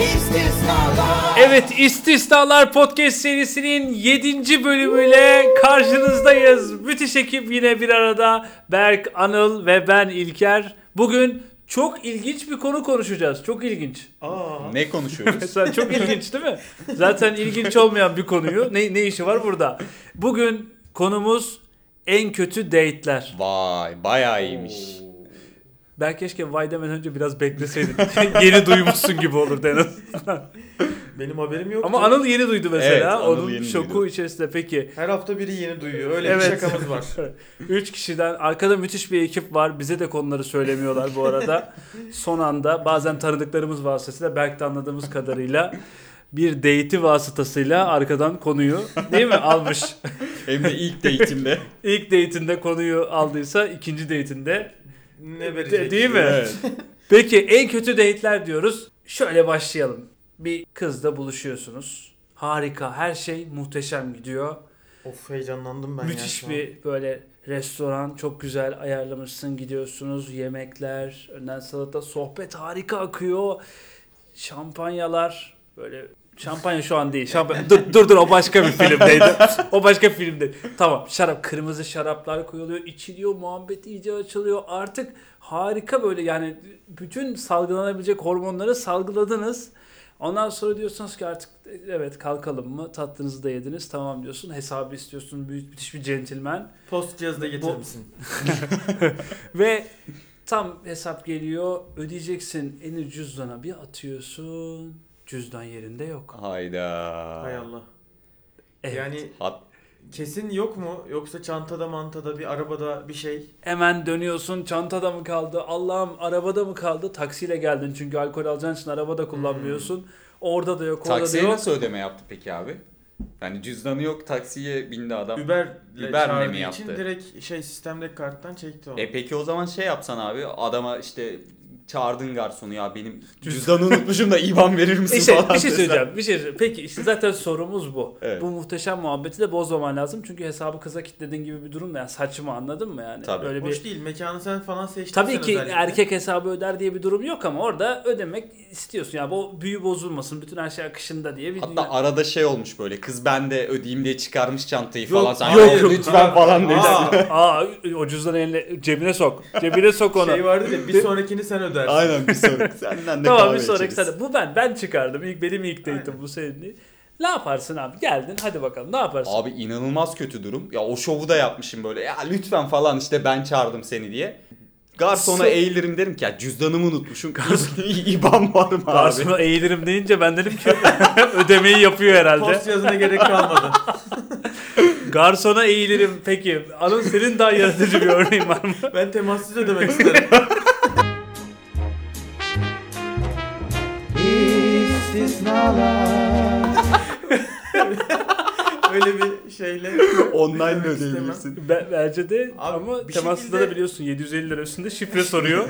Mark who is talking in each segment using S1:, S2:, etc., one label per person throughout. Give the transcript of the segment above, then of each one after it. S1: İstisnalar
S2: Evet İstisnalar Podcast serisinin 7. bölümüyle karşınızdayız. Müthiş ekip yine bir arada. Berk, Anıl ve ben İlker. Bugün çok ilginç bir konu konuşacağız. Çok ilginç.
S3: Ne konuşuyoruz?
S2: Mesela çok ilginç değil mi? Zaten ilginç olmayan bir konuyu. Ne, ne işi var burada? Bugün konumuz en kötü date'ler.
S3: Vay bayağı iyiymiş.
S2: Ben keşke vay demeden önce biraz bekleseydim. yeni duymuşsun gibi olurdu en azından.
S4: Benim haberim yok.
S2: Ama Anıl yeni duydu mesela.
S3: Evet, Anıl
S2: Onun
S3: yeni
S2: şoku
S3: duydu.
S2: içerisinde. Peki
S4: her hafta biri yeni duyuyor. Öyle
S2: Evet.
S4: bir şakamız var.
S2: Üç kişiden arkada müthiş bir ekip var. Bize de konuları söylemiyorlar bu arada. Son anda bazen tanıdıklarımız vasıtasıyla belki de anladığımız kadarıyla bir date'i vasıtasıyla arkadan konuyu değil mi almış.
S3: Hem de ilk date'imde.
S2: İlk date'inde konuyu aldıysa ikinci date'inde
S4: Ne
S2: de,
S4: verecek?
S2: değil mi?
S3: evet.
S2: Peki en kötü date'ler diyoruz. Şöyle başlayalım. Bir kızla buluşuyorsunuz. Harika, her şey muhteşem gidiyor.
S4: Of heyecanlandım ben
S2: Müthiş
S4: ya. şu an.
S2: bir böyle restoran çok güzel ayarlamışsın gidiyorsunuz yemekler önden salata sohbet harika akıyor şampanyalar böyle şampanya şu an değil şampanya dur dur dur o başka bir filmdeydi o başka bir filmde tamam şarap kırmızı şaraplar koyuluyor içiliyor muhabbet iyice açılıyor artık harika böyle yani bütün salgılanabilecek hormonları salgıladınız Ondan sonra diyorsunuz ki artık evet kalkalım mı tatlınızı da yediniz tamam diyorsun hesabı istiyorsun büyük müthiş bir centilmen
S4: Post cihazda getirir
S2: Bu-
S4: misin?
S2: ve tam hesap geliyor ödeyeceksin elini cüzdana bir atıyorsun cüzdan yerinde yok.
S3: Hayda.
S4: Hay Allah.
S2: Evet.
S4: Yani
S3: Hat-
S4: kesin yok mu? Yoksa çantada mantada bir arabada bir şey.
S2: Hemen dönüyorsun çantada mı kaldı Allah'ım arabada mı kaldı taksiyle geldin çünkü alkol alacağın için arabada kullanmıyorsun. Orada da yok orada
S3: taksiye
S2: da yok.
S3: nasıl ödeme yaptı peki abi? Yani cüzdanı yok taksiye bindi adam.
S4: Uber'le
S3: Uber'le mi
S4: çağırdığı için
S3: yaptı?
S4: direkt şey sistemdeki karttan çekti onu.
S3: E peki o zaman şey yapsan abi adama işte çağırdın garsonu ya benim cüzdanı unutmuşum da IBAN verir misin
S2: İşte
S3: falan
S2: bir şey
S3: desen.
S2: söyleyeceğim. Bir şey söyleyeceğim. Peki işte zaten sorumuz bu.
S3: Evet.
S2: Bu muhteşem muhabbeti de bozmaman lazım. Çünkü hesabı kıza kitlediğin gibi bir durum da yani saçma anladın mı yani?
S3: Tabii.
S2: Böyle bir
S4: Hoş değil. Mekanı sen falan seçtin.
S2: Tabii ki erkek hesabı öder diye bir durum yok ama orada ödemek istiyorsun. Yani bu büyü bozulmasın, bütün her şey akışında diye bir
S3: Hatta
S2: dünya-
S3: arada şey olmuş böyle kız ben de ödeyeyim diye çıkarmış çantayı
S2: Yok,
S3: falan. Sen
S2: yok,
S3: "Hayır,
S2: yok."
S3: lütfen falan demiş.
S2: Aa, o cüzdanı eline, cebine sok. Cebine sok onu.
S4: şey vardı ya bir sonrakini sen ödersin.
S3: Aynen bir sonraki senden de
S2: tamam
S3: kahve
S2: bir sonraki
S3: içeriz.
S2: sene. Bu ben, ben çıkardım. İlk benim ilk date'im
S4: Aynen.
S2: bu senin değil. Ne yaparsın abi? Geldin hadi bakalım ne yaparsın?
S3: Abi inanılmaz kötü durum. Ya o şovu da yapmışım böyle. Ya lütfen falan işte ben çağırdım seni diye. Garsona
S2: Sa-
S3: eğilirim derim ki ya cüzdanımı unutmuşum. Garson İBAN var mı abi?
S2: Garsona eğilirim deyince ben dedim ki ödemeyi yapıyor herhalde.
S4: Post cihazına gerek kalmadı.
S2: Garsona eğilirim peki. Anıl senin daha yaratıcı bir örneğin var mı?
S4: ben temassız ödemek isterim. Öyle bir şeyle.
S3: Online mi
S4: İstemem.
S3: ödeyebilirsin?
S2: Be- bence de ama
S4: bir
S2: temassızda
S4: şekilde-
S2: da biliyorsun 750 lira üstünde şifre soruyor.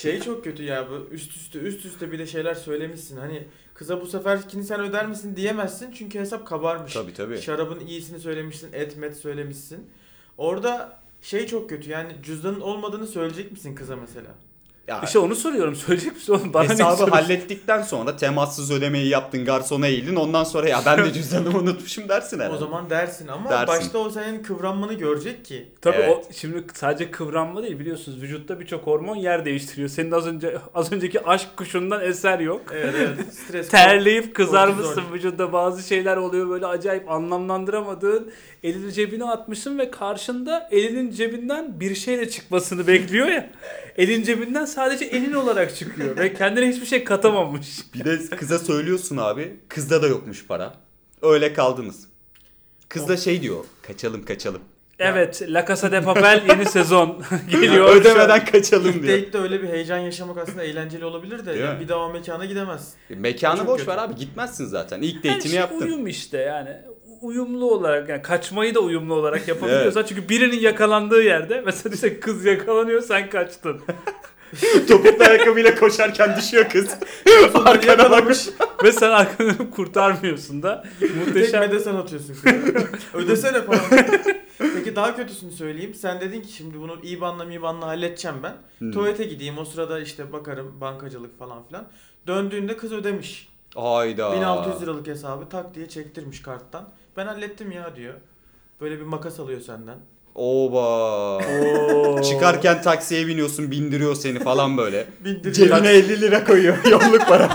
S4: Şey çok kötü ya bu üst üste üst üste bir de şeyler söylemişsin. Hani kıza bu seferkini sen öder misin diyemezsin çünkü hesap kabarmış.
S3: Tabii tabii.
S4: Şarabın iyisini söylemişsin, et met söylemişsin. Orada şey çok kötü yani cüzdanın olmadığını söyleyecek misin kıza mesela?
S3: Ya,
S2: işte onu soruyorum. Söyleyecek misin oğlum? şey Bana ne
S3: hesabı
S2: soruyorsun?
S3: hallettikten sonra temassız ödemeyi yaptın garsona eğildin. Ondan sonra ya ben de cüzdanımı unutmuşum dersin herhalde.
S4: O zaman dersin ama
S3: Dersin.
S4: başta o senin kıvranmanı görecek ki.
S2: Tabii
S3: Evet.
S2: o şimdi sadece kıvranma değil biliyorsunuz vücutta birçok hormon yer değiştiriyor. Senin az önce az önceki aşk kuşundan eser yok.
S4: Evet evet stres.
S2: Terleyip kızarmışsın
S4: kortizol.
S2: vücutta bazı şeyler oluyor böyle acayip anlamlandıramadığın. Elini cebine atmışsın ve karşında elinin cebinden bir şeyle çıkmasını bekliyor ya. Elin cebinden sadece elin olarak çıkıyor ve kendine hiçbir şey katamamış.
S3: Bir de kıza söylüyorsun abi. Kızda da yokmuş para. Öyle kaldınız. Kız da şey diyor. Kaçalım kaçalım.
S2: Evet, La Casa de Papel yeni sezon geliyor.
S3: Ödemeden kaçalım
S4: İlk
S3: diyor.
S4: date'de öyle bir heyecan yaşamak aslında eğlenceli olabilir de
S3: Değil
S4: yani
S3: mi?
S4: bir daha o mekana gidemez.
S3: E, Mekanı
S4: Çok
S3: boş
S4: kötü.
S3: ver abi gitmezsin zaten. İlk
S2: Her
S3: date'ini
S2: şey
S3: yaptın.
S2: uyum işte yani. Uyumlu olarak yani kaçmayı da uyumlu olarak yapabiliyorsan çünkü birinin yakalandığı yerde mesela işte kız yakalanıyor sen kaçtın.
S3: Topuklu ayakkabıyla koşarken düşüyor kız. Arkana bakmış.
S2: Ve sen arkanı dönüp kurtarmıyorsun da. Muhteşem.
S4: Tekme de sen atıyorsun. kıza. Ödesene falan. Peki daha kötüsünü söyleyeyim. Sen dedin ki şimdi bunu
S3: Hmm.
S4: IBAN'la MIBAN'la halledeceğim ben. Tuvalete gideyim o sırada işte bakarım bankacılık falan filan. Döndüğünde kız ödemiş.
S3: Hayda.
S4: 1600 liralık hesabı tak diye çektirmiş karttan. Ben hallettim ya diyor. Böyle bir makas alıyor senden.
S3: Oba.
S2: Oo.
S3: Çıkarken taksiye biniyorsun bindiriyor seni falan böyle.
S4: Bindiriyor.
S3: Cebine 50 lira koyuyor yolluk para.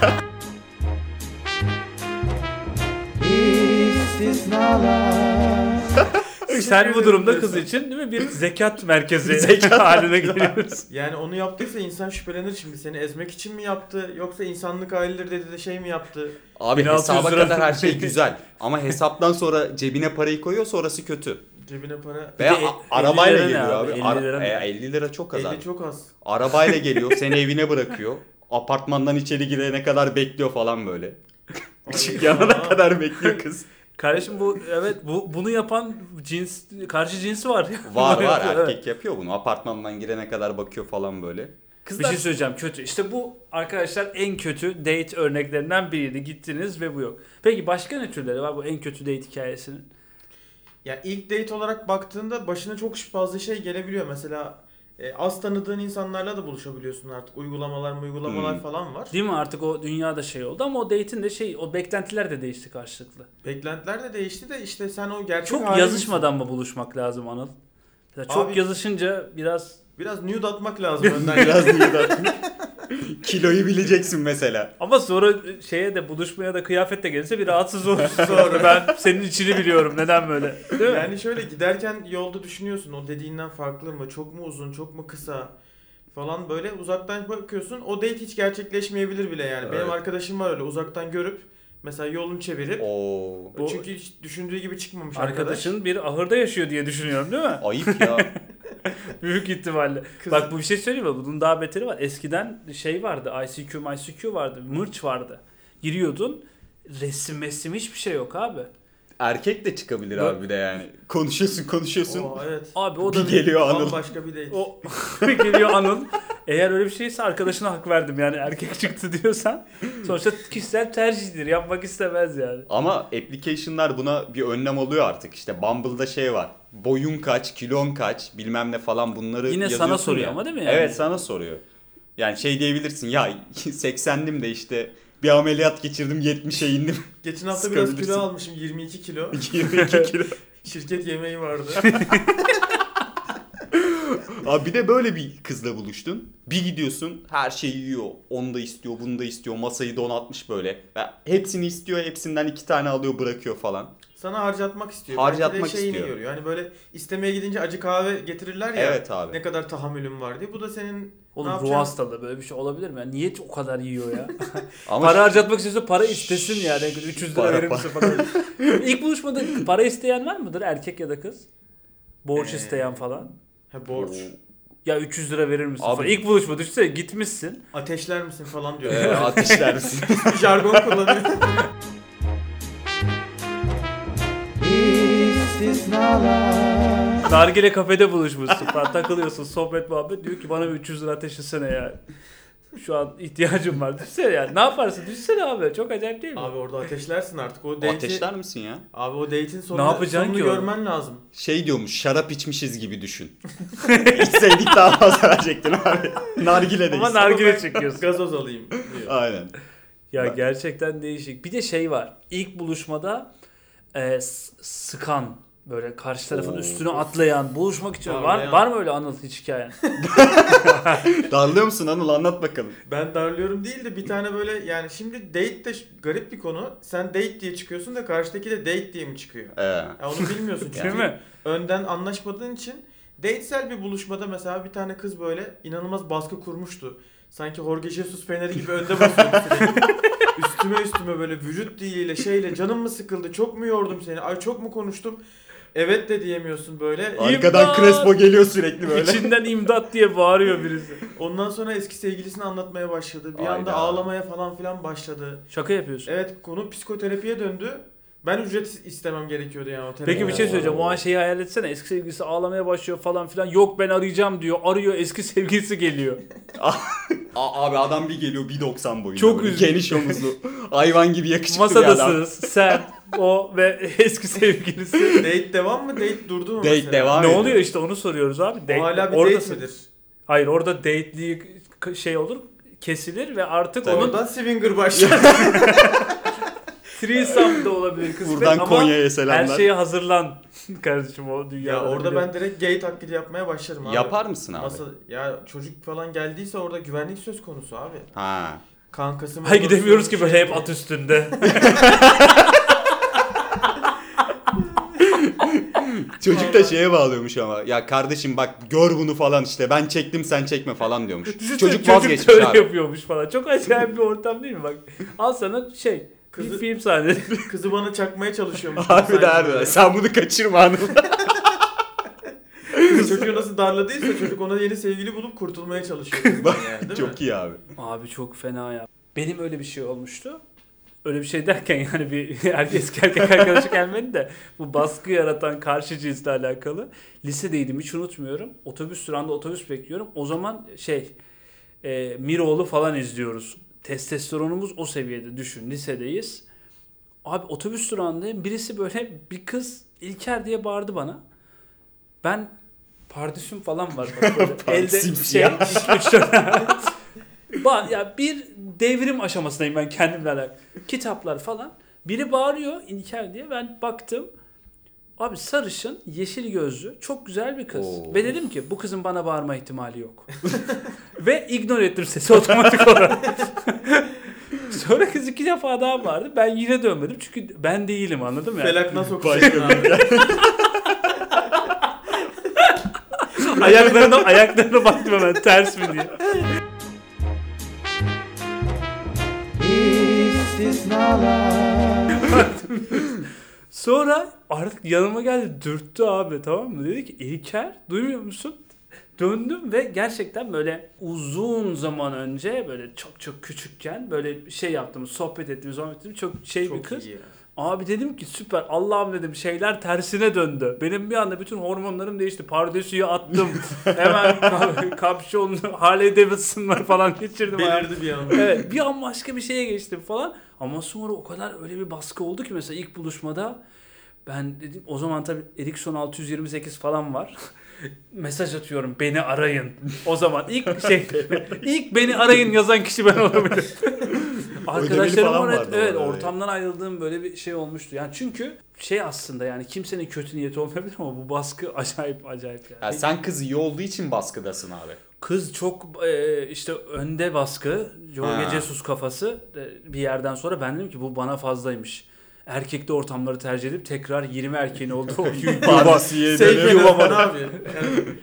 S2: Sen bu durumda kız için değil mi bir zekat merkezi zekat haline geliyoruz.
S4: Yani onu yaptıysa insan şüphelenir şimdi. Seni ezmek için mi yaptı? Yoksa insanlık halidir dedi de şey mi yaptı?
S3: Abi
S2: 1600
S3: hesaba
S2: lira.
S3: kadar her şey güzel. Ama hesaptan sonra cebine parayı koyuyor sonrası kötü.
S4: Cebine para...
S2: de
S3: Veya
S2: el-
S3: a- arabayla
S2: 50 lira ne
S3: geliyor abi.
S2: abi? 50
S3: Ara-
S2: lira ne?
S3: e, 50 lira çok az abi.
S4: 50 çok az.
S3: Arabayla geliyor seni evine bırakıyor. Apartmandan içeri girene kadar bekliyor falan böyle.
S4: Ay,
S3: Yanına
S4: aa.
S3: kadar bekliyor kız.
S2: Kardeşim bu evet bu bunu yapan cins karşı cinsi var.
S3: Var
S2: Bunu
S3: var
S2: yapıyor, evet.
S3: erkek yapıyor bunu. Apartmandan girene kadar bakıyor falan böyle.
S2: Bir şey söyleyeceğim kötü. İşte bu arkadaşlar en kötü date örneklerinden biriydi. Gittiniz ve bu yok. Peki başka ne türleri var bu en kötü date hikayesinin?
S4: Ya ilk date olarak baktığında başına çok fazla şey gelebiliyor. Mesela e, az tanıdığın insanlarla da buluşabiliyorsun artık. Uygulamalar mı uygulamalar
S3: Hmm.
S4: falan var.
S2: Değil mi artık o dünyada şey oldu ama o date'in de şey o beklentiler de değişti karşılıklı.
S4: Beklentiler de değişti de işte sen o gerçek
S2: Çok
S4: halini-
S2: yazışmadan mı buluşmak lazım Anıl? Mesela çok
S4: Abi-
S2: yazışınca biraz
S4: Biraz nude atmak lazım önden.
S3: Biraz da Kiloyu bileceksin mesela.
S2: ama sonra e, şeye de buluşmaya da kıyafet de gelirse bir rahatsız olursun sonra. ben senin içini biliyorum neden böyle. Değil mi?
S4: Yani şöyle giderken yolda düşünüyorsun o dediğinden farklı mı? Çok mu uzun, çok mu kısa? Falan böyle uzaktan bakıyorsun. O date hiç gerçekleşmeyebilir bile yani. Benim
S3: Evet.
S4: arkadaşım var öyle uzaktan görüp mesela yolunu çevirip
S3: Oo.
S2: Bu-
S4: çünkü hiç düşündüğü gibi çıkmamış arkadaş.
S2: Arkadaşın bir ahırda yaşıyor diye düşünüyorum değil mi?
S3: Ayıp ya.
S2: Büyük ihtimalle.
S4: Kız-
S2: Bak bu bir şey söyleyeyim mi? Bunun daha beteri var. Eskiden şey vardı. ICQ, MyCQ vardı. Mırç vardı. Giriyordun. Resim mesim hiçbir şey yok abi.
S3: Erkek de çıkabilir abi bir de yani. Konuşuyorsun konuşuyorsun.
S4: Oo, evet.
S2: Abi o da
S3: bir geliyor anıl.
S4: Bambaşka bir date.
S2: O geliyor Anıl. Eğer öyle bir şeyse arkadaşına hak verdim yani erkek çıktı diyorsan. Sonuçta kişisel tercihtir. Yapmak istemez yani.
S3: Ama application'lar buna bir önlem alıyor artık. İşte Bumble'da şey var. Boyun kaç, kilon kaç, bilmem ne falan bunları
S2: Yine sana
S3: yazıyorsun
S2: soruyor
S3: ya.
S2: ama değil mi yani?
S3: Evet sana soruyor. Yani şey diyebilirsin ya 80'dim de işte bir ameliyat geçirdim 70'e indim.
S4: Geçen hafta biraz kilo
S3: Sıkabilirsin.
S4: almışım 22 kilo.
S3: 22 kilo.
S4: Şirket yemeği vardı.
S3: Abi bir de böyle bir kızla buluştun. Bir gidiyorsun her şeyi yiyor. Onu da istiyor, bunu da istiyor. Masayı donatmış böyle. Ve hepsini istiyor, hepsinden iki tane alıyor bırakıyor falan.
S4: Sana harcatmak istiyor.
S3: Harcatmak
S4: Belki de şeyini
S3: istiyor.
S4: görüyor. Hani böyle istemeye gidince acı kahve getirirler ya.
S3: Evet abi.
S4: Ne kadar tahammülüm var diye. Bu da senin ne
S2: Oğlum ruh
S4: yapacağını-
S2: hastalığı böyle bir şey olabilir mi? Yani niye o kadar yiyor ya?
S3: Ama
S2: para harcatmak istiyorsa para istesin yani. 300 lira
S3: Para,
S2: verir
S3: para.
S2: misin falan. İlk buluşmada para isteyen var mıdır erkek ya da kız? Borç
S4: Ee,
S2: isteyen falan.
S4: He borç.
S2: Ya 300 lira verir misin?
S3: Abi-
S2: falan. İlk buluşma düşünsene gitmişsin.
S4: Ateşler misin falan diyor.
S3: Ee, ateşler misin?
S4: Bir jargon kullanıyor.
S2: Nargile kafede buluşmuşsun falan. Takılıyorsun sohbet muhabbet. Diyor ki bana bir 300 lira ateşlesene ya. Şu an ihtiyacım var. Düşünsene yani. Ne yaparsın? Düşünsene abi. Çok acayip değil mi?
S4: Abi orada ateşlersin artık. O date'i,
S3: Ateşler misin ya?
S4: Abi o date'in
S2: Ne
S4: sonunu,
S2: yapacaksın
S4: sonunu
S2: ki oğlum?
S4: görmen lazım.
S3: Şey diyormuş şarap içmişiz gibi düşün. İçseydik daha fazla verecektin abi. Nargile de
S2: Ama
S3: içsin.
S2: nargile
S4: ben-
S2: çekiyorsun.
S4: Gazoz alayım diyor.
S3: Aynen.
S2: Ya
S3: Ben-
S2: gerçekten değişik. Bir de şey var. İlk buluşmada e, s- sıkan böyle karşı tarafın
S3: Oo.
S2: üstüne atlayan, buluşmak için var
S4: Darlayan.
S2: var mı öyle anıl hiç hikayen?
S3: Darlıyor musun Anıl anlat bakalım.
S4: Ben darlıyorum değil de bir tane böyle yani şimdi date de ş- garip bir konu. Sen date diye çıkıyorsun da karşıdaki de date diye mi çıkıyor?
S3: Ee,
S4: Ya onu bilmiyorsun çünkü.
S2: Değil mi?
S4: Önden anlaşmadığın için datesel bir buluşmada mesela bir tane kız böyle inanılmaz baskı kurmuştu. Sanki Jorge Jesus feneri gibi önde basıyordu sürekli. üstüme üstüme böyle vücut diliyle şeyle canım mı sıkıldı çok mu yordum seni ay çok mu konuştum evet de diyemiyorsun böyle.
S3: arkadan
S2: İmdat!
S3: Crespo geliyor sürekli böyle.
S2: İçinden imdat diye bağırıyor birisi.
S4: Ondan sonra eski sevgilisini anlatmaya başladı bir
S3: Hayda.
S4: anda ağlamaya falan filan başladı.
S2: Şaka yapıyorsun.
S4: Evet konu psikoterapiye döndü. Ben ücret istemem gerekiyordu yani o
S2: Peki bir şey
S4: terapiden.
S2: söyleyeceğim. O an şeyi hayal etsene. Eski sevgilisi ağlamaya başlıyor falan filan. Yok ben arayacağım diyor. Arıyor eski sevgilisi geliyor.
S3: A- abi adam bir geliyor 1.90 boyunda.
S2: Çok
S3: böyle
S2: üzücü.
S3: Geniş omuzlu. Hayvan gibi yakışıklı bir adam.
S2: Masadasınız. Sen, o ve eski sevgilisi.
S4: Date devam mı date durdu mu
S3: Date
S4: mesela?
S3: devam
S2: ne
S3: ediyor.
S2: oluyor işte onu soruyoruz abi.
S4: O hala bir
S2: oradasın.
S4: date midir?
S2: Hayır orada date'liği şey olur. kesilir ve artık
S3: Tabii.
S2: onun
S4: Ondan swinger başlar.
S2: threesome da olabilir kısmet
S3: Buradan
S2: ama
S3: Konya'ya selamlar.
S2: her şey şeye hazırlan kardeşim o dünyada.
S4: ya
S2: da
S4: orada
S2: biliyorum.
S4: ben direkt gay taklidi yapmaya başlarım abi.
S3: Yapar mısın abi?
S4: Masa, ya çocuk falan geldiyse orada güvenlik söz konusu abi.
S3: Ha.
S4: Kankası mı
S2: Ay
S4: olur,
S2: gidemiyoruz
S4: şey
S2: ki böyle
S4: mi?
S2: hep at üstünde.
S3: Çocuk da şeye bağlıyormuş ama. Ya kardeşim bak gör bunu falan işte. Ben çektim sen çekme falan diyormuş.
S2: Düşünsene
S3: Çocuk
S2: da
S3: vazgeçmiş
S2: öyle
S3: abi.
S2: yapıyormuş falan. Çok acayip bir ortam değil mi? Bak al sana şey bir
S4: Kızı-
S2: film sahnesi.
S4: Kızı bana çakmaya çalışıyormuş.
S3: Abi de
S4: Sanki
S3: harbiden.
S4: böyle.
S3: Sen bunu kaçırma hanım.
S4: Kız Çocuğu nasıl darladıysa çocuk ona yeni sevgili bulup kurtulmaya çalışıyor.
S3: Bak,
S4: yani, değil mi?
S3: Çok iyi abi.
S2: Abi çok fena ya. Benim öyle bir şey olmuştu. Öyle bir şey derken yani bir erkek eski erkek arkadaşı gelmedi de bu baskı yaratan karşı cinsle alakalı. Lisedeydim hiç unutmuyorum. Otobüs durağında otobüs bekliyorum. O zaman şey e, Miroğlu falan izliyoruz. Testosteronumuz o seviyede düşün lisedeyiz. Abi otobüs durağındayım birisi böyle bir kız İlker diye bağırdı bana. Ben pardüsüm falan var. bak böyle. Elde şey,
S3: Simsiyah.
S2: üç tane. Ba- ya bir devrim aşamasındayım ben kendimle alakalı. Kitaplar falan. Biri bağırıyor İlker diye. Ben baktım. Abi sarışın, yeşil gözlü, çok güzel bir kız.
S3: Oo.
S2: Ve dedim ki bu kızın bana bağırma ihtimali yok. Ve ignore ettim sesi otomatik olarak. Sonra kız iki defa daha bağırdı. Ben yine dönmedim çünkü ben değilim anladın mı? Yani?
S4: Felak nasıl okuşuyorsun abi?
S2: ayaklarına, ayaklarına baktım hemen ters mi diye. Sonra artık yanıma geldi dürttü abi tamam mı? Dedi ki İlker duymuyor musun? Döndüm ve gerçekten böyle uzun zaman önce böyle çok çok küçükken böyle şey yaptığımız sohbet ettiğimiz zaman ettiğimiz çok şey bir
S4: Çok
S2: kız.
S4: iyi ya.
S2: Abi dedim ki süper Allah'ım dedim şeyler tersine döndü. Benim bir anda bütün hormonlarım değişti. Pardesüyü attım. Hemen ka- kapşonlu Harley Davidson'lar falan geçirdim. hayatımda.
S4: Belirdi bir anda.
S2: Evet bir an başka bir şeye geçtim falan. Ama sonra o kadar öyle bir baskı oldu ki mesela ilk buluşmada ben dedim o zaman tabii Ericsson 628 falan var. Mesaj atıyorum beni arayın. O zaman ilk şey ilk beni arayın yazan kişi ben olabilirim. Arkadaşlarım
S3: falan
S2: var. Evet,
S3: vardı
S2: evet,
S3: orada, evet.
S2: ortamdan ayrıldığım böyle bir şey olmuştu. Yani çünkü şey aslında yani kimsenin kötü niyeti olmayabilir ama bu baskı acayip acayip yani.
S3: Ya sen kız iyi olduğu için baskıdasın abi.
S2: Kız çok e, işte önde baskı, Jorge
S3: Ha.
S2: Jesus kafası e, bir yerden sonra ben dedim ki bu bana fazlaymış. Erkekli ortamları tercih edip tekrar 20 erkeğin olduğu o yuva.
S3: Partisiye
S4: Sevgi
S3: dönelim.
S4: yuvamadı abi. Yani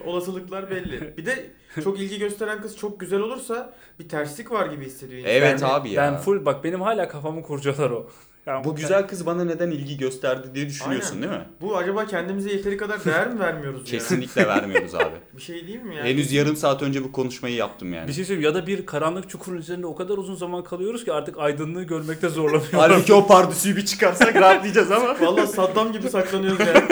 S4: olasılıklar belli. Bir de çok ilgi gösteren kız çok güzel olursa bir terslik var gibi hissediyor. insan.
S3: Evet
S2: Ben-
S3: abi ya.
S2: Ben full bak benim hala kafamı kurcalar o. Yani
S3: Bu güzel kız bana neden ilgi gösterdi diye düşünüyorsun
S4: Aynen.
S3: değil mi?
S4: Bu acaba kendimize yeteri kadar değer mi vermiyoruz ya?
S3: Kesinlikle vermiyoruz abi.
S4: Bir şey değil mi ya?
S3: Henüz yarım saat önce bu konuşmayı yaptım yani.
S2: Bir şey söyleyeyim ya da bir karanlık çukurun üzerinde o kadar uzun zaman kalıyoruz ki artık aydınlığı görmekte zorlanıyoruz.
S3: Halbuki o pardüsüyü bir çıkarsak rahatlayacağız ama.
S4: Valla Saddam gibi saklanıyoruz yani.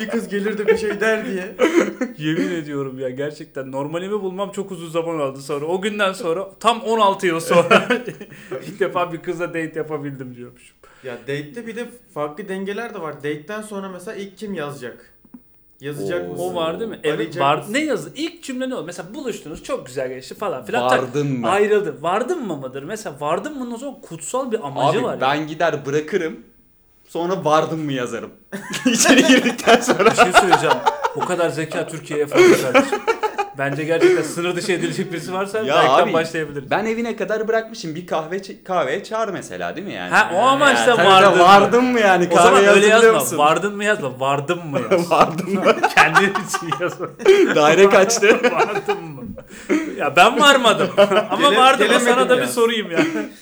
S4: bir kız gelir de bir şey der diye.
S2: Yemin ediyorum ya gerçekten normalimi bulmam çok uzun zaman aldı sonra. O günden sonra tam 16 yıl sonra ilk defa bir kızla date yapabildim diyormuşum.
S4: Ya date'de bir de farklı dengeler de var. Date'den sonra mesela ilk kim yazacak? Yazacak
S3: Oo.
S4: mısın?
S2: O var değil mi? Evet
S4: Arayacak
S2: var.
S4: mısın?
S2: Ne yazdı? İlk cümle ne oldu? Mesela buluştunuz çok güzel geçti falan filan. Tak,
S3: Vardın mı?
S2: ayrıldı. Vardın mı mıdır? Mesela vardın mı'nın o zaman kutsal bir amacı
S3: Abi
S2: var. ya.
S3: ben gider bırakırım. Sonra vardın mı yazarım. İçeri girdikten sonra.
S2: Bir şey söyleyeceğim. Bu kadar zeka Türkiye'ye fazla kardeşim. Bence gerçekten sınır dışı edilecek birisi varsa
S3: Ya
S2: belki
S3: abi,
S2: başlayabiliriz.
S3: Ben evine kadar bırakmışım. Bir kahve ç- kahveye çağır mesela değil mi yani?
S2: Ha o
S3: Yani
S2: amaçla
S3: tabii de
S2: vardın. mı?
S3: Vardın mı yani?
S2: O zaman
S3: Kahveye
S2: öyle
S3: hazırlıyor
S2: yazma.
S3: musun?
S2: Vardın mı yazma. Vardın mı yaz.
S3: Vardın mı?
S2: Kendin için yazma.
S3: Daire kaçtı.
S2: vardın mı? Ya ben varmadım. Ama
S4: Gele-
S2: vardım da sana
S4: gelemedim
S2: da
S4: ya.
S2: bir sorayım ya.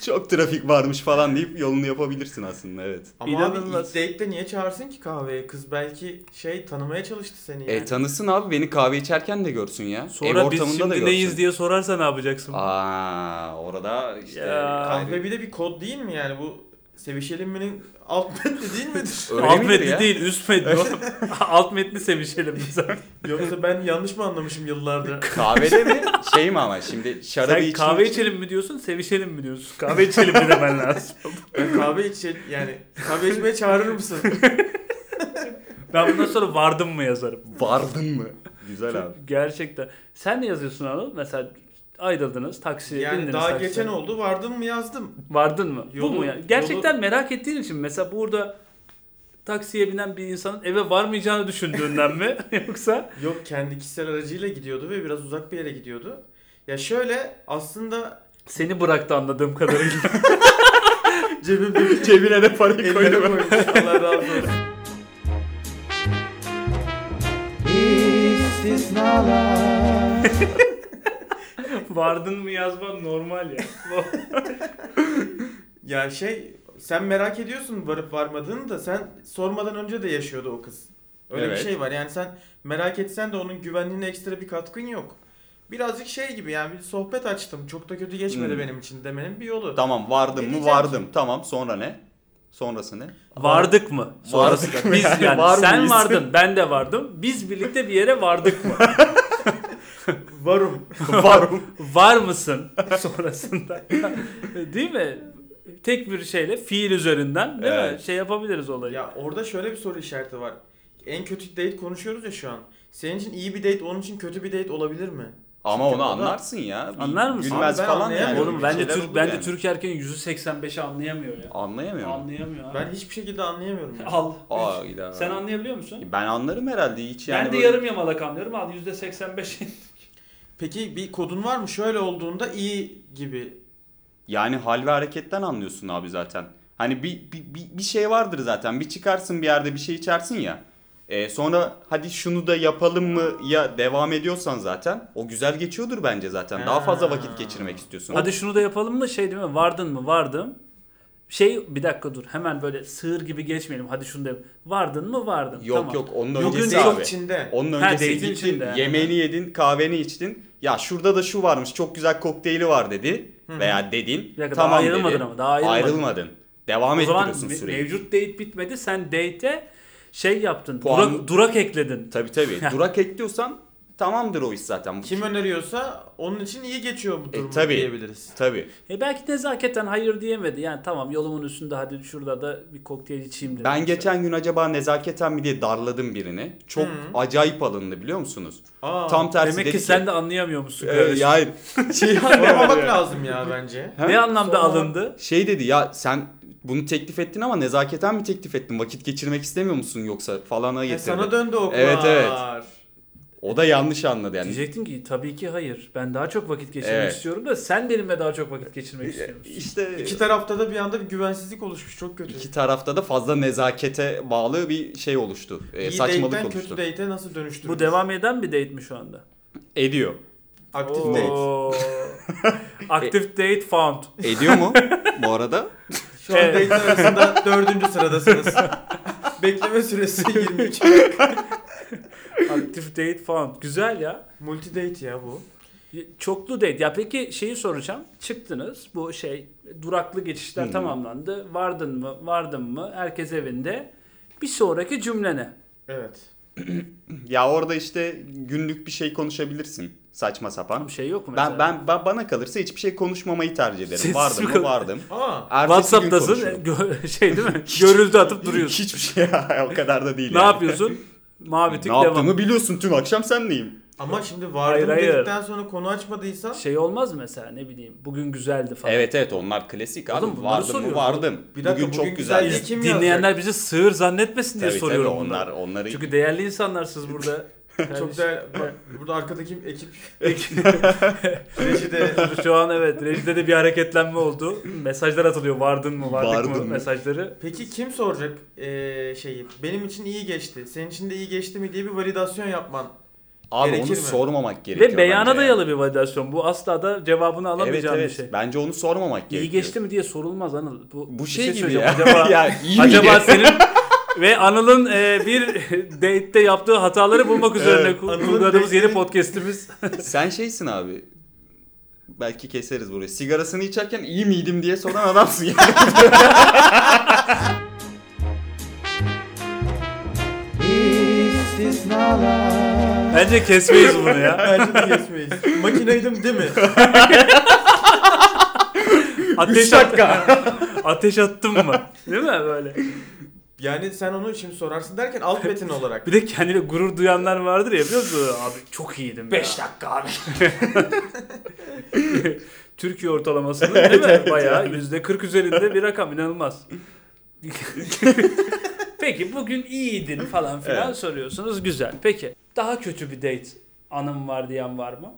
S3: Çok trafik varmış falan deyip yolunu yapabilirsin aslında evet.
S4: Ama
S2: İnanılmaz.
S4: abi ilk date'de niye çağırsın ki kahveye? Kız belki şey tanımaya çalıştı seni yani.
S3: E tanısın abi beni kahve içerken de görsün ya. Ev
S2: Sonra
S3: ortamında
S2: biz
S3: da
S2: şimdi
S3: görsün.
S2: neyiz diye sorarsa ne yapacaksın?
S3: Aa orada işte
S2: Ya.
S4: Kahve bir de bir kod değil mi yani bu sevişelim mi'nin alt metni değil midir?
S3: Öyle
S2: Alt
S3: midir
S2: metni
S3: ya?
S2: değil üst metni oğlum. Alt metni sevişelim biz.
S4: Yoksa ben yanlış mı anlamışım yıllardır?
S3: Kahvede mi? Şey mi ama şimdi şarabı
S2: Sen
S3: için
S2: kahve içelim mi diyorsun sevişelim mi diyorsun? Kahve içelim mi demen lazım.
S4: kahve içe yani kahve içmeye çağırır mısın?
S2: Ben bundan sonra vardım mı yazarım.
S3: Vardın mı? Güzel abi.
S2: Çünkü gerçekten. Sen ne yazıyorsun Anıl? Mesela ayrıldınız, taksiye
S4: Yani
S2: Şey, bindiniz
S4: daha
S2: taksiye.
S4: geçen oldu vardım mı yazdım.
S2: Vardın mı? Bu
S4: Yolu-
S2: mu ya? Gerçekten merak ettiğin için mesela burada taksiye binen bir insanın eve varmayacağını düşündüğünden mi? Yoksa
S4: Yok kendi kişisel aracıyla gidiyordu ve biraz uzak bir yere gidiyordu. Ya şöyle aslında
S2: seni bıraktı anladığım kadarıyla.
S4: cebim bir
S3: Cebine de parayı
S4: elime
S3: koydum.
S4: koymuş. Allah razı olsun.
S2: Vardın mı yazman normal ya.
S4: Ya şey sen merak ediyorsun varıp varmadığını da sen sormadan önce de yaşıyordu o kız. Öyle
S3: Evet.
S4: bir şey var yani sen merak etsen de onun güvenliğine ekstra bir katkın yok. Birazcık şey gibi yani bir sohbet açtım çok da kötü geçmedi
S3: Hmm.
S4: benim için demenin bir yolu.
S3: Tamam vardım mı?
S4: Diyeceğim
S3: Vardım. Tamam sonra ne? Sonrası ne?
S2: Vardık mı? Sonrası
S3: Vardık
S2: da.
S3: mı?
S2: Biz
S3: Yani
S2: yani
S3: var
S2: sen
S3: mıyız?
S2: vardın, ben de vardım. Biz birlikte bir yere vardık mı?
S4: Varım.
S3: Varım.
S2: Var mısın sonrasında? değil mi? Tek bir şeyle fiil üzerinden değil mi?
S3: Evet.
S2: Şey yapabiliriz olayı.
S4: ya orada şöyle bir soru işareti var. En kötü date konuşuyoruz ya şu an. Senin için iyi bir date onun için kötü bir date olabilir mi?
S3: Ama onu
S4: o da-
S3: anlarsın ya. Bir
S2: Anlar mısın?
S3: Gülmez
S4: Abi ben
S3: falan yani.
S4: anlayamıyorum.
S2: Oğlum
S3: Bir
S2: bence
S3: şeyler
S2: Türk
S3: olur
S2: bence
S3: yani.
S2: Türk erkeğin 185'i anlayamıyor ya.
S3: Anlayamıyor. mu?
S2: Anlayamıyor abi.
S4: Ben hiçbir şekilde anlayamıyorum. ya.
S2: Al.
S3: Aa,
S2: Üç.
S3: bir daha.
S2: Sen anlayabiliyor musun?
S3: Ben anlarım herhalde hiç yani.
S2: ben de
S3: böyle-
S2: yarım yamalak anlıyorum. Al %85.
S4: Peki bir kodun var mı? Şöyle olduğunda iyi gibi.
S3: Yani hal ve hareketten anlıyorsun abi zaten. Hani bir, bir, bir, bir şey vardır zaten. Bir çıkarsın bir yerde bir şey içersin ya. E, sonra hadi şunu da yapalım mı ya devam ediyorsan zaten o güzel geçiyordur bence zaten. Daha fazla vakit geçirmek istiyorsun.
S2: Hadi şunu da yapalım mı? Şey değil mi? Vardın mı? Vardım. Şey bir dakika dur. Hemen böyle sığır gibi geçmeyelim. Hadi şunu da yap- Vardın mı? Vardım.
S3: Yok
S2: Tamam.
S3: yok onun
S2: Yok,
S3: öncesi
S2: yok,
S3: abi.
S4: Yok içinde.
S3: Onun
S2: Ha,
S3: öncesi
S2: date'in
S3: gittin,
S2: içinde.
S3: yemeğini yedin, kahveni içtin. Ya şurada da şu varmış, çok güzel kokteyli var dedi. Veya dedin.
S2: Bir dakika, daha
S3: tamam
S2: ayrılmadın
S3: dedi.
S2: ama, daha ayrılmadın.
S3: Devam
S2: O zaman
S3: ettiriyorsun
S2: me-
S3: süreyi.
S2: mevcut date bitmedi. Sen date'e şey yaptın.
S3: Puan-
S2: Durak, durak ekledin.
S3: Tabii tabii. Durak ekliyorsan tamamdır o iş zaten.
S4: Kim öneriyorsa onun için iyi geçiyor bu durum
S3: E, tabii.
S4: diyebiliriz.
S3: Tabii.
S2: E belki nezaketen hayır diyemedi. Yani tamam yolumun üstünde hadi şurada da bir kokteyl içeyim dedi.
S3: Ben
S2: Mesela.
S3: geçen gün acaba nezaketen mi diye darladım birini. Çok acayip alındı biliyor musunuz?
S4: Aa,
S3: Tam tersi
S2: Demek
S3: dedi
S2: ki sen de anlamıyor musun?
S3: Ee,
S2: kardeşim?
S3: ya hayır. Şey,
S4: sormamak lazım ya bence.
S3: Hem-
S2: ne anlamda
S4: Sonra-
S2: alındı?
S3: şey dedi ya sen bunu teklif ettin ama nezaketen mi teklif ettin? Vakit geçirmek istemiyor musun yoksa falana
S4: E,
S3: getirdi.
S4: sana döndü oklar.
S3: Evet, evet. O da yanlış anladı yani.
S2: Diyecektim ki tabii ki hayır. Ben daha çok vakit geçirmek
S3: Evet. Ee,
S2: istiyorum da sen benimle daha çok vakit geçirmek istiyorsun.
S3: İşte
S4: İki
S3: iki,
S4: tarafta da bir anda bir güvensizlik oluşmuş çok kötü. İki
S3: tarafta da fazla nezakete bağlı bir şey oluştu. Ee,
S4: iyi
S3: saçmalık
S4: date'den
S3: oluştu.
S4: kötü date'e nasıl
S3: e-
S4: dönüştürürüz?
S2: Bu devam eden bir date mi şu anda?
S3: Ediyor.
S4: Aktif
S2: Oo.
S4: date.
S2: Active
S3: E-
S2: date found.
S3: Ediyor mu bu arada?
S4: Şu an
S2: Evet.
S4: date'ler arasında dördüncü sıradasınız. Bekleme süresi 22.
S2: Active date found. Güzel ya.
S4: Multi date ya bu.
S2: Çoklu date. Ya peki şeyi soracağım. Çıktınız. Bu şey duraklı geçişler
S3: Hı.
S2: tamamlandı. Vardın mı? Vardın mı? Herkes evinde. Bir sonraki cümle ne?
S4: Evet.
S3: Ya orada işte günlük bir şey konuşabilirsin saçma sapan.
S2: Bir şey yok mu mesela?
S3: Ben, ben ben bana kalırsa hiçbir şey konuşmamayı tercih ederim.
S2: Sessiz
S3: vardım
S2: mi kal-
S3: mı vardım.
S4: Aa.
S3: Ertesi
S2: WhatsApp'tasın.
S3: gün konuşurum.
S2: gö- şey değil mi? Görüldü atıp duruyorsun.
S3: Hiçbir şey o kadar da değil.
S2: ne
S3: yani.
S2: yapıyorsun? Mavi
S3: Ne
S2: tık devam.
S3: yaptığımı biliyorsun tüm akşam senleyim.
S4: Ama şimdi
S2: Hayır,
S4: vardım
S2: hayır.
S4: dedikten sonra konu açmadıysan
S2: Şey olmaz mı mesela ne bileyim bugün güzeldi falan.
S3: Evet evet onlar klasik abi.
S2: Oğlum bunları
S3: vardım mı
S2: soruyorum.
S3: vardım.
S4: Bir dakika,
S3: bugün çok
S4: bugün
S3: güzel.
S4: güzel kim yazacak?
S2: Dinleyenler bizi sığır zannetmesin diye
S3: Tabii tabii
S2: soruyorum bunları.
S3: onlar onları
S2: Çünkü değerli insanlar siz burada.
S4: çok
S2: Kardeşim,
S4: da bak, burada arkadaki ekip rejide
S2: Şu an evet rejide de bir hareketlenme oldu. Mesajlar atılıyor vardın mı vardık
S3: Vardın
S2: mı
S3: mı?
S2: mesajları.
S4: Peki kim soracak eee, şeyi? Benim için iyi geçti. Senin için de iyi geçti mi diye bir validasyon yapman.
S3: Abi
S4: Gerekir
S3: onu
S4: mi?
S3: sormamak gerekiyor.
S2: Ve beyana
S3: bence ya.
S2: dayalı bir validasyon. Bu asla da cevabını
S3: Evet
S2: alamayacağın
S3: evet.
S2: bir şey.
S3: Bence onu sormamak
S2: İyi
S3: gerekiyor.
S2: geçti mi diye sorulmaz Anıl. Bu,
S3: Bu
S2: bir
S3: şey, gibi
S2: söyleyeceğim.
S3: ya.
S2: Acaba,
S3: ya iyi miydi?
S2: acaba senin ve Anıl'ın e, bir date'te yaptığı hataları bulmak üzerine
S3: Evet.
S2: ku-
S4: Anıl'ın
S2: kurguladığımız yeni
S4: date'inin-
S2: podcast'imiz.
S3: Sen şeysin abi. Belki keseriz burayı. Sigarasını içerken iyi miydim diye soran adamsın yani.
S2: Bence kesmeyiz bunu ya.
S4: Bence de geçmeyiz. Makineydim değil mi?
S2: Ateş,
S3: Üç
S2: at- ateş attım mı? Değil mi böyle?
S4: Yani sen onu şimdi sorarsın derken alt metin olarak.
S2: Bir de kendine gurur duyanlar vardır ya biliyor musun? Abi çok iyiydim. 5 dakika abi. Türkiye ortalamasının değil mi? Bayağı yüzde 40 üzerinde bir rakam inanılmaz. Peki bugün iyiydin falan filan
S3: Evet.
S2: soruyorsunuz. Güzel. Peki daha kötü bir date anım var diyen var mı?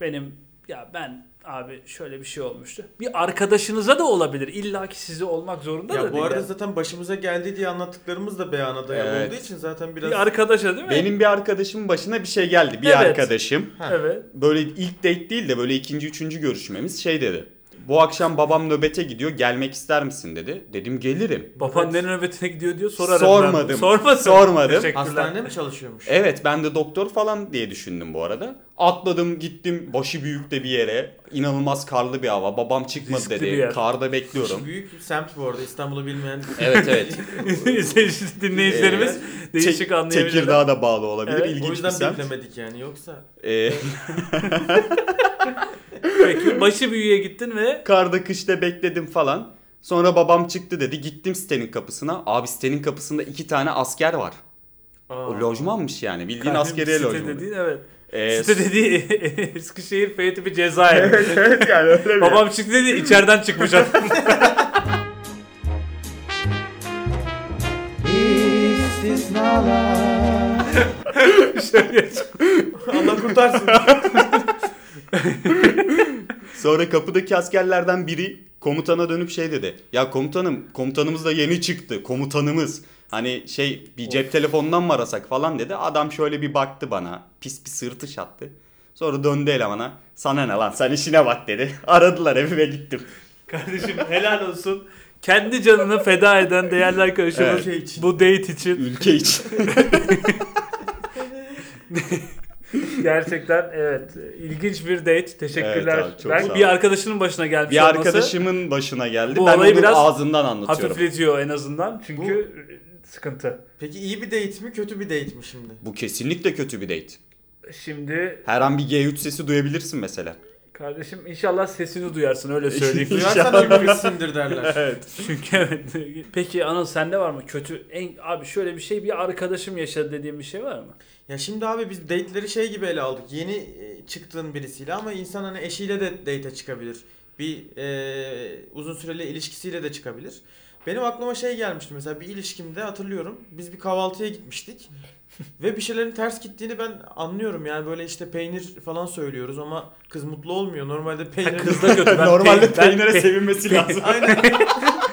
S2: Benim ya ben abi şöyle bir şey olmuştu. Bir arkadaşınıza da olabilir. İlla ki size olmak zorunda da
S4: Ya bu
S2: değil.
S4: arada
S2: yani.
S4: zaten başımıza geldi diye anlattıklarımız da beyana dayalı
S3: Evet.
S4: olduğu için zaten biraz...
S2: bir arkadaşa değil mi?
S3: Benim bir arkadaşımın başına bir şey geldi. Bir
S2: Evet.
S3: arkadaşım
S2: Evet.
S3: böyle ilk date değil de böyle ikinci üçüncü görüşmemiz şey dedi. Bu akşam babam nöbete gidiyor gelmek ister misin dedi. Dedim gelirim.
S2: Babaannenin nöbetine gidiyor diyor sorarım
S3: Sormadım.
S2: ben. Sormadım.
S3: Sormadım.
S2: Teşekkürler.
S4: Hastanede mi çalışıyormuş?
S3: Evet ben de doktor falan diye düşündüm bu arada. Atladım gittim başı büyük de bir yere. İnanılmaz karlı bir hava. Babam çıkmadı
S2: Riskli bir
S3: dedi.
S2: yer.
S3: Karda bekliyorum.
S4: Büyük bir semt bu arada İstanbul'u bilmeyen.
S3: evet evet.
S2: İzleyici- Dinleyicilerimiz değişik
S3: Çek-
S2: anlayabilirler.
S3: Tekirdağ'a da bağlı olabilir.
S2: Evet, o
S3: İlginç
S4: o
S3: bir
S4: yüzden
S3: semt.
S4: beklemedik yani yoksa.
S3: Ee,
S2: Peki başı büyüye gittin ve
S3: karda kışta bekledim falan. Sonra babam çıktı dedi. Gittim sitenin kapısına. Abi sitenin kapısında iki tane asker var.
S4: Aa.
S3: O lojmanmış yani. Bildiğin
S2: Kardeşim,
S3: askeriye
S2: site
S3: lojmanı.
S2: dediğin evet.
S3: Ee,
S2: Site dediği Eskişehir F tipi cezaevi.
S3: evet evet yani öyle bir-
S2: Babam çıktı dedi içeriden çıkmış adam. Şöyle
S4: Allah kurtarsın.
S3: Sonra kapıdaki askerlerden biri komutana dönüp şey dedi. Ya komutanım komutanımız da yeni çıktı komutanımız. Hani şey bir cep telefonundan mı arasak falan dedi. Adam şöyle bir baktı bana pis bir sırtış attı. Sonra döndü elemana sana ne lan sen işine bak dedi. Aradılar evime gittim.
S2: Kardeşim helal olsun. Kendi canını feda eden değerli arkadaşımız
S4: Evet. Şey
S2: bu date için.
S3: Ülke için.
S2: Gerçekten evet. ilginç bir date. Teşekkürler.
S3: Evet abi, çok sağ
S2: ben
S3: ol.
S2: bir arkadaşının başına gelmiş
S3: bir
S2: olması
S3: arkadaşımın başına geldi.
S2: Bu
S3: ben
S2: olayı
S3: onu
S2: biraz
S3: ağzından anlatıyorum.
S2: hafifletiyor en azından. Çünkü sıkıntı.
S4: Peki iyi bir date mi kötü bir date mi şimdi?
S3: Bu kesinlikle kötü bir date.
S2: Şimdi
S3: Her an bir G3 sesi duyabilirsin mesela.
S2: kardeşim inşallah sesini duyarsın öyle söyleyeyim.
S4: Duyarsan ölmüşsündür derler.
S2: Çünkü evet. Peki Anıl sende var mı kötü en abi şöyle bir şey bir arkadaşım yaşadı dediğim bir şey var mı?
S4: Ya şimdi abi biz date'leri şey gibi ele aldık. Yeni e, çıktığın birisiyle ama insan hani eşiyle de date'e çıkabilir. Bir e, uzun süreli ilişkisiyle de çıkabilir. Benim aklıma şey gelmişti mesela bir ilişkimde hatırlıyorum. Biz bir kahvaltıya gitmiştik. Ve bir şeylerin ters gittiğini ben anlıyorum. Yani böyle işte peynir falan söylüyoruz ama kız mutlu olmuyor. Normalde peynir...
S2: Kız da kötü. Ben
S3: Normalde
S2: peyn- ben
S3: peynire
S2: peyn-
S3: sevinmesi lazım.
S4: Aynen. peynir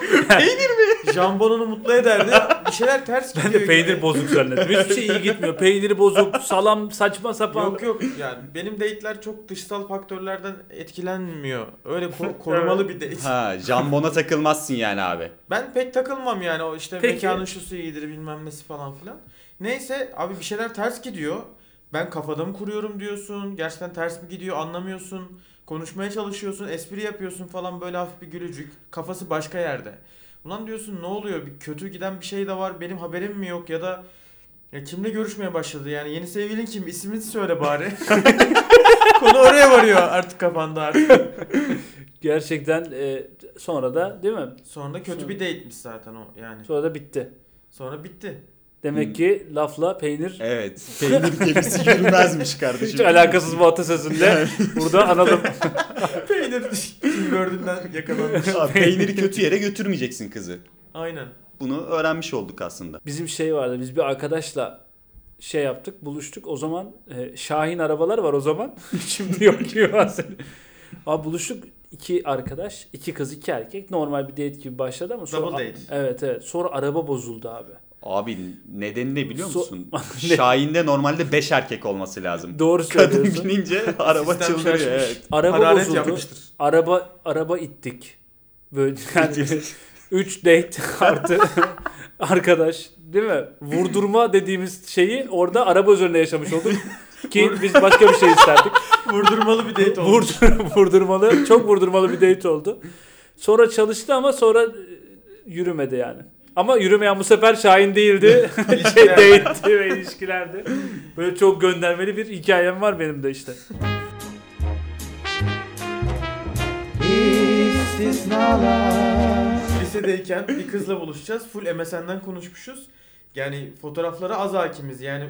S4: mi? Jambon onu mutlu ederdi. Bir şeyler ters
S2: Ben
S4: gidiyor.
S2: de peynir
S4: gibi.
S2: bozuk zannettim. Hiçbir şey iyi gitmiyor. Peyniri bozuk, salam saçma sapan.
S4: Yok yok yani benim date'ler çok dışsal faktörlerden etkilenmiyor. Öyle ko- korumalı bir date.
S3: Ha, jambona takılmazsın yani abi.
S4: Ben pek takılmam yani o işte
S2: Peki.
S4: mekanın şusu iyidir bilmem nesi falan filan. Neyse abi bir şeyler ters gidiyor. Ben kafada mı kuruyorum diyorsun. Gerçekten ters mi gidiyor anlamıyorsun. Konuşmaya çalışıyorsun, espri yapıyorsun falan böyle hafif bir gülücük. Kafası başka yerde. Ulan diyorsun ne oluyor? Bir kötü giden bir şey de var. Benim haberim mi yok ya da ya kimle görüşmeye başladı yani yeni sevgilin kim ismini söyle bari. Konu oraya varıyor artık kafanda artık.
S2: Gerçekten e, sonra da değil mi?
S4: Sonra kötü bir date'miş zaten o yani.
S2: Sonra da bitti.
S4: Sonra bitti.
S2: Demek
S3: Hmm.
S2: ki lafla peynir
S3: Evet. Peynir gemisi yürümezmiş kardeşim.
S2: hiç alakasız bu atasözünde burada analım.
S4: Peynir kim gördüğünden yakalanmış.
S3: Abi, Peyniri kötü yere götürmeyeceksin kızı.
S4: Aynen.
S3: Bunu öğrenmiş olduk aslında.
S2: Bizim şey vardı. Biz bir arkadaşla şey yaptık, buluştuk. O zaman e, Şahin arabalar var o zaman. Şimdi yok gibi bahsediyor. Abi buluştuk iki arkadaş, iki kız, iki erkek. Normal bir date gibi başladı ama sonra
S4: Double date.
S2: Evet, evet. Sonra araba bozuldu abi.
S3: Abi nedeni ne biliyor
S2: So-
S3: musun?
S2: Ne?
S3: Şahin'de normalde 5 erkek olması lazım.
S2: Doğru
S3: Kadın
S2: söylüyorsun.
S3: binince araba
S4: Sistem
S3: çıldırıyor.
S4: şaşmış.
S3: Evet.
S2: Araba
S4: Hararet
S2: bozuldu.
S4: yapmıştır.
S2: Araba araba ittik. Böyle yani 3 date artı arkadaş değil mi? Vurdurma dediğimiz şeyi orada araba üzerinde yaşamış olduk. Ki biz başka bir şey isterdik.
S4: Vurdurmalı bir date oldu.
S2: Vurdur, vurdurmalı, çok vurdurmalı bir date oldu. Sonra çalıştı ama sonra e, yürümedi yani. Ama yürümeyen bu sefer Şahin değildi. şey
S4: İlişkiler.
S2: date'ti ve ilişkilerdi. Böyle çok göndermeli bir hikayem var benim de işte.
S4: Lise lisedeyken bir kızla buluşacağız. Full MSN'den konuşmuşuz. Yani fotoğraflara az hakimiz. Yani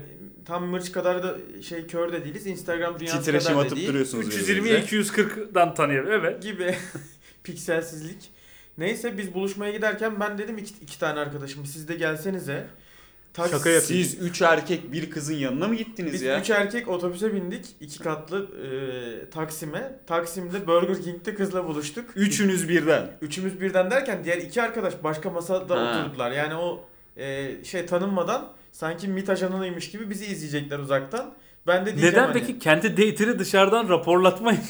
S4: tam mırç kadar da şey kör de değiliz. Instagram dünyası
S3: Titreşim
S4: kadar da
S3: atıp
S4: değil.
S3: duruyorsunuz.
S2: 320'ye
S3: birbirinize.
S2: 240'dan tanıyor. Evet.
S4: gibi pikselsizlik. Neyse biz buluşmaya giderken ben dedim iki, iki tane arkadaşım siz de gelsenize. Taksi-
S3: Şaka yapayım. Siz 3 erkek bir kızın yanına mı gittiniz
S4: Biz
S3: ya?
S4: üç erkek otobüse bindik. iki katlı e, Taksim'e. Taksim'de Burger King'de kızla buluştuk.
S3: Üçünüz birden.
S4: Üçümüz birden derken diğer iki arkadaş başka masada
S3: Ha.
S4: oturdular. Yani o e, şey tanınmadan sanki MİT ajanınıymış gibi bizi izleyecekler uzaktan. Ben de diyeceğim
S2: Neden
S4: hani,
S2: peki kendi date'ini dışarıdan raporlatmayın?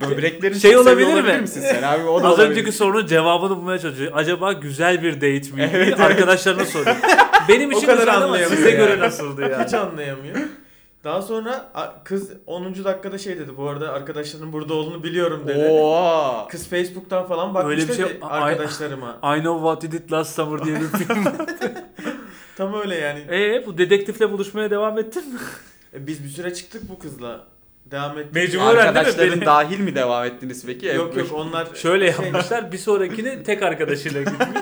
S3: Böbreklerin
S2: Şey
S3: çok seviyor
S2: olabilir mi?
S3: misin sen abi? O da
S2: Az
S3: olabilir.
S2: önceki sorunun cevabını bulmaya çalışıyor. Acaba güzel bir date miydi?
S3: Evet, evet.
S2: Arkadaşlarına soruyor. Benim
S4: O
S2: için
S4: kadar
S2: güzel ama
S4: anlayamıyor
S2: size
S4: ya.
S2: göre nasıldı yani?
S4: Hiç anlayamıyor. Daha sonra a- kız 10. dakikada şey dedi. Bu arada arkadaşlarının burada olduğunu biliyorum dedi.
S3: Oha.
S4: Kız Facebook'tan falan bakmış
S2: Öyle bir
S4: dedi
S2: şey- Ay-
S4: arkadaşlarıma.
S2: I know what you did last summer diye bir film.
S4: Tam öyle yani.
S2: Eee bu dedektifle buluşmaya devam ettin mi?
S4: E, Biz bir süre çıktık bu kızla. Devam ettik.
S2: Mecbur. Cumhur herhalde mi?
S3: Arkadaşların
S2: Beni-
S3: dahil mi devam ettiniz peki?
S4: Yok yok onlar
S2: Şöyle
S4: şey,
S2: yapmışlar. Bir sonrakini tek arkadaşıyla gitmiş.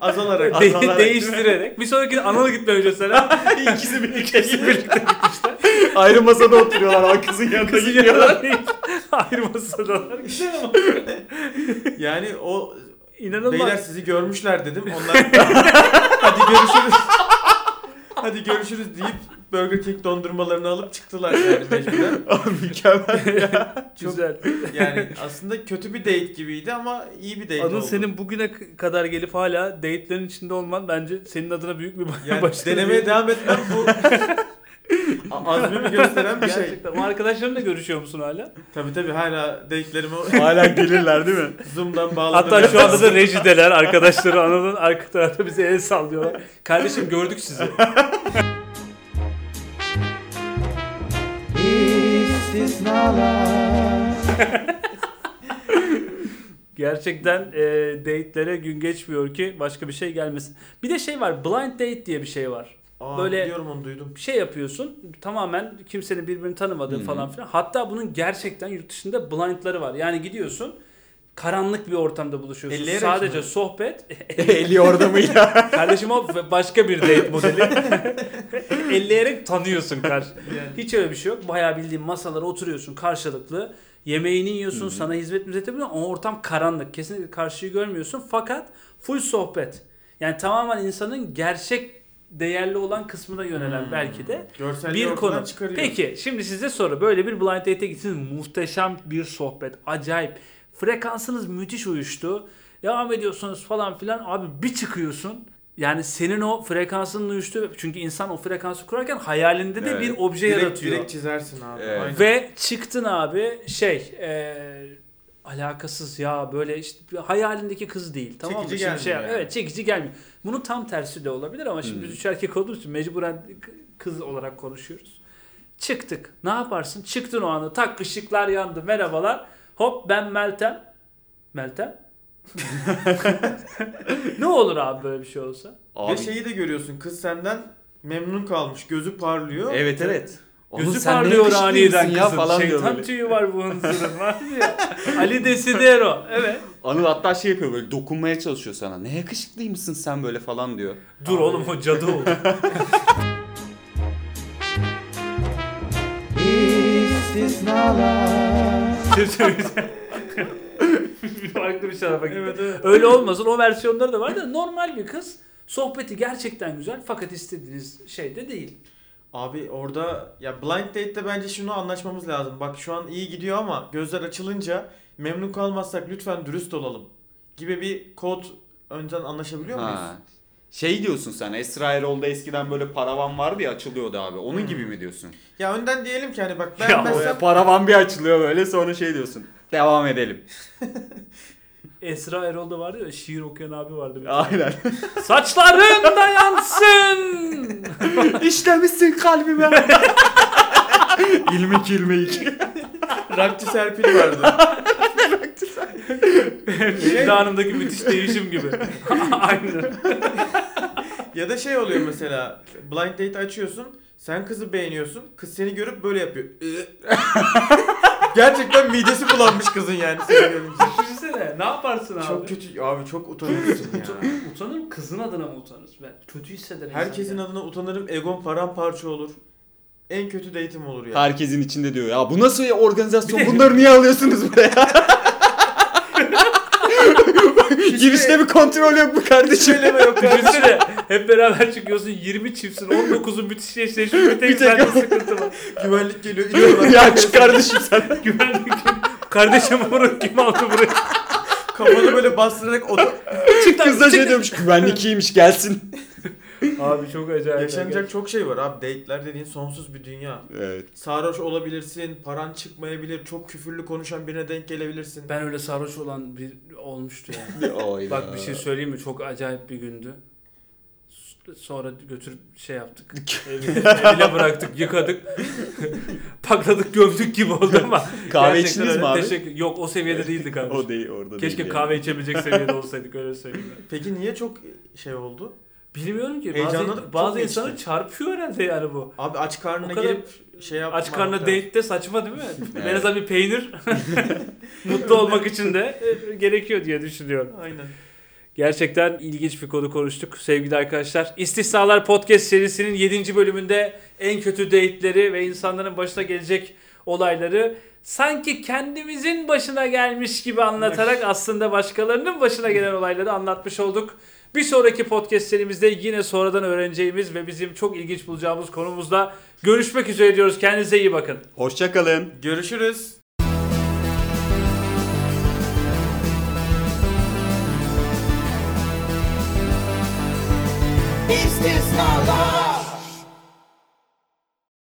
S4: azalarak.
S2: De-
S4: azalarak.
S2: değiştirerek. Bir sonrakini analı gitmemiş mesela.
S3: İkisi birlikte.
S2: İkisi birlikte gitmişler.
S3: Ayrı masada oturuyorlar ama kızın yanına
S2: Kızın
S3: gidiyorlar.
S2: yanına değil, Ayırmasadalar.
S4: Yani o
S2: İnanılmaz.
S4: Beyler sizi görmüşler dedim. Onlar hadi görüşürüz. hadi görüşürüz deyip Burger King dondurmalarını alıp çıktılar yani mecburen.
S3: Abi Mükemmel.
S4: çok-
S2: Güzel.
S4: Yani aslında kötü bir date gibiydi ama iyi bir date
S2: Anıl
S4: oldu.
S2: senin bugüne k- kadar gelip hala date'lerin içinde olman bence senin adına büyük bir
S4: yani
S2: başarı.
S4: denemeye devam etmem bu A- azmimi gösteren bir şey.
S2: Gerçekten. O arkadaşlarınla görüşüyor musun hala?
S4: Tabii tabii hala date'lerimi
S3: Hala gelirler değil mi?
S4: Zoom'dan bağladım.
S2: Hatta şu anda da rejideler arkadaşları Anıl'ın arka tarafta bize el sallıyorlar. Kardeşim gördük sizi. Gerçekten e, date'lere gün geçmiyor ki başka bir şey gelmesin. Bir de şey var blind date diye bir şey var.
S4: Aa,
S2: böyle-
S4: biliyorum onu duydum.
S2: şey yapıyorsun tamamen kimsenin birbirini tanımadığı
S3: Hı hı.
S2: falan filan. Hatta bunun gerçekten yurt dışında blindları var. Yani gidiyorsun karanlık bir ortamda buluşuyorsun.
S4: Elleyerek
S2: Sadece
S4: mi?
S2: sohbet.
S3: Eli orada mı ya?
S2: Kardeşim o başka bir date modeli. Elleyerek tanıyorsun karşı.
S4: Yani
S2: Hiç öyle bir şey yok. Bayağı bildiğin masalara oturuyorsun karşılıklı. Yemeğini yiyorsun, sana hizmet hizmet yapıyor. O ortam karanlık. Kesinlikle karşıyı görmüyorsun. Fakat full sohbet. Yani tamamen insanın gerçek değerli olan kısmına yönelen belki de
S4: görselliği
S2: bir
S4: ortadan
S2: konu.
S4: çıkarıyor.
S2: Peki şimdi size soru. Böyle bir blind date'e gittiniz. Muhteşem bir sohbet. Acayip. Frekansınız müthiş uyuştu. Devam ediyorsunuz falan filan. Abi bir çıkıyorsun. Yani senin o frekansının uyuştu. Çünkü insan o frekansı kurarken hayalinde de
S3: Evet.
S2: bir obje
S4: direkt,
S2: yaratıyor.
S4: direkt çizersin abi.
S3: Evet.
S4: Aynen.
S2: Ve çıktın abi şey eee, alakasız ya böyle işte bir hayalindeki kız değil tamam mı?
S4: Çekici
S2: Şimdi şey,
S4: gelmiyor yani.
S2: Evet çekici gelmiyor. Bunun tam tersi de olabilir ama şimdi
S3: Hmm.
S2: biz üç erkek olduğumuz için mecburen k- kız olarak konuşuyoruz. Çıktık. Ne yaparsın? Çıktın o anda tak ışıklar yandı merhabalar. Hop ben Meltem. Meltem? ne olur abi böyle bir şey olsa?
S3: Abi,
S4: Ve şeyi de görüyorsun kız senden memnun kalmış gözü parlıyor.
S3: Evet evet. Oğlum
S2: Gözü
S3: sen ne
S2: parlıyor
S3: yakışıklıymışsın
S2: aniden
S3: ya
S2: kızın.
S3: falan diyor
S2: Şeytan
S3: böyle.
S2: tüyü var bu hınzırın var ya. Ali Desidero. Evet.
S3: Anıl hatta şey yapıyor böyle dokunmaya çalışıyor sana. Ne yakışıklıymışsın sen böyle falan diyor.
S2: Dur oğlum o cadı oldu. Farklı bir tarafa gitti.
S4: Evet, evet.
S2: Öyle olmasın o versiyonları da var da normal bir kız. Sohbeti gerçekten güzel fakat istediğiniz şey de değil.
S4: Abi orada ya blind date'te bence şunu anlaşmamız lazım. Bak şu an iyi gidiyor ama gözler açılınca memnun kalmazsak lütfen dürüst olalım gibi bir kod önceden anlaşabiliyor muyuz?
S3: Ha. Şey diyorsun sen Esra Erol'da eskiden böyle paravan vardı ya açılıyordu abi. Onun
S4: Hmm.
S3: gibi mi diyorsun?
S4: Ya önden diyelim ki hani bak
S2: Ya o
S3: O
S4: beğenmezsem
S3: paravan bir açılıyor böyle sonra şey diyorsun. Devam edelim.
S2: Esra Erol'da vardı ya şiir okuyan abi vardı. bir tane.
S3: Aynen.
S2: Saçların da yansın.
S3: İşlemişsin kalbime. ilmik ilmik.
S4: rakçı Serpil vardı. Şey-
S2: Vicdanımdaki müthiş değişim gibi. Aynen.
S4: ya da şey oluyor mesela blind date açıyorsun sen kızı beğeniyorsun kız seni görüp böyle yapıyor. Gerçekten midesi bulanmış kızın yani seni görünce.
S2: Düşünsene. ya ne yaparsın abi?
S4: Çok kötü. Abi çok utanıyorsun ya.
S2: Utanırım kızın adına mı utanırız? Ben kötü hissederim.
S4: Herkesin adına utanırım. Egon paramparça olur. En kötü date'im olur yani.
S3: Herkesin içinde diyor ya bu nasıl organizasyon bunları niye alıyorsunuz buraya? Girişte bir kontrol yok mu kardeşim?
S4: Söyleme yok ya.
S2: Düşünsene hep beraber çıkıyorsun 20 çiftsin 19'u müthiş eşleşmiş bir tek
S3: Bir tek-
S2: sende sıkıntı var.
S4: Güvenlik geliyor. iniyorlar.
S3: ya çık kardeşim sen.
S2: Güvenlik kardeşim bunu kim aldı buraya?
S4: Kafanı böyle bastırarak oda...
S2: Çık lan,
S3: Kız da
S2: çık.
S3: şey diyormuş güvenlik iyiymiş gelsin.
S2: Abi çok acayip.
S4: Yaşanacak çok şey var abi. Date'ler dediğin sonsuz bir dünya.
S3: Evet.
S4: Sarhoş olabilirsin, paran çıkmayabilir, çok küfürlü konuşan birine denk gelebilirsin.
S2: Ben öyle sarhoş olan bir olmuştu yani.
S3: Oyda.
S2: Bak bir şey söyleyeyim mi? Çok acayip bir gündü. S- Sonra götürüp şey yaptık. Evine, evine bıraktık, yıkadık. Pakladık, gömdük gibi oldu ama.
S3: Kahve
S2: gerçekten
S3: içtiniz
S2: öyle
S3: mi abi?
S2: teşekkür- Yok o seviyede değildik abi.
S3: O değil orada
S2: Keşke
S3: değil yani.
S2: kahve içebilecek seviyede olsaydık öyle söyleyeyim. ben.
S4: Peki niye çok şey oldu?
S2: Bilmiyorum ki
S4: Heyecanlanıp
S2: bazı,
S4: çok
S2: bazı
S4: geçti.
S2: insanı çarpıyor herhalde yani bu.
S4: Abi aç karnına
S2: O kadar-
S4: girip şey yapma.
S2: Aç karnına
S4: hatta.
S2: date de saçma değil mi? En azından bir peynir mutlu olmak için de e, gerekiyor diye düşünüyorum.
S4: Aynen.
S2: Gerçekten ilginç bir konu konuştuk sevgili arkadaşlar. İstisnalar Podcast serisinin 7. bölümünde en kötü date'leri ve insanların başına gelecek olayları sanki kendimizin başına gelmiş gibi anlatarak aslında başkalarının başına gelen olayları anlatmış olduk. Bir sonraki podcast serimizde yine sonradan öğreneceğimiz ve bizim çok ilginç bulacağımız konumuzla görüşmek üzere diyoruz. Kendinize iyi bakın.
S3: Hoşçakalın.
S4: Görüşürüz.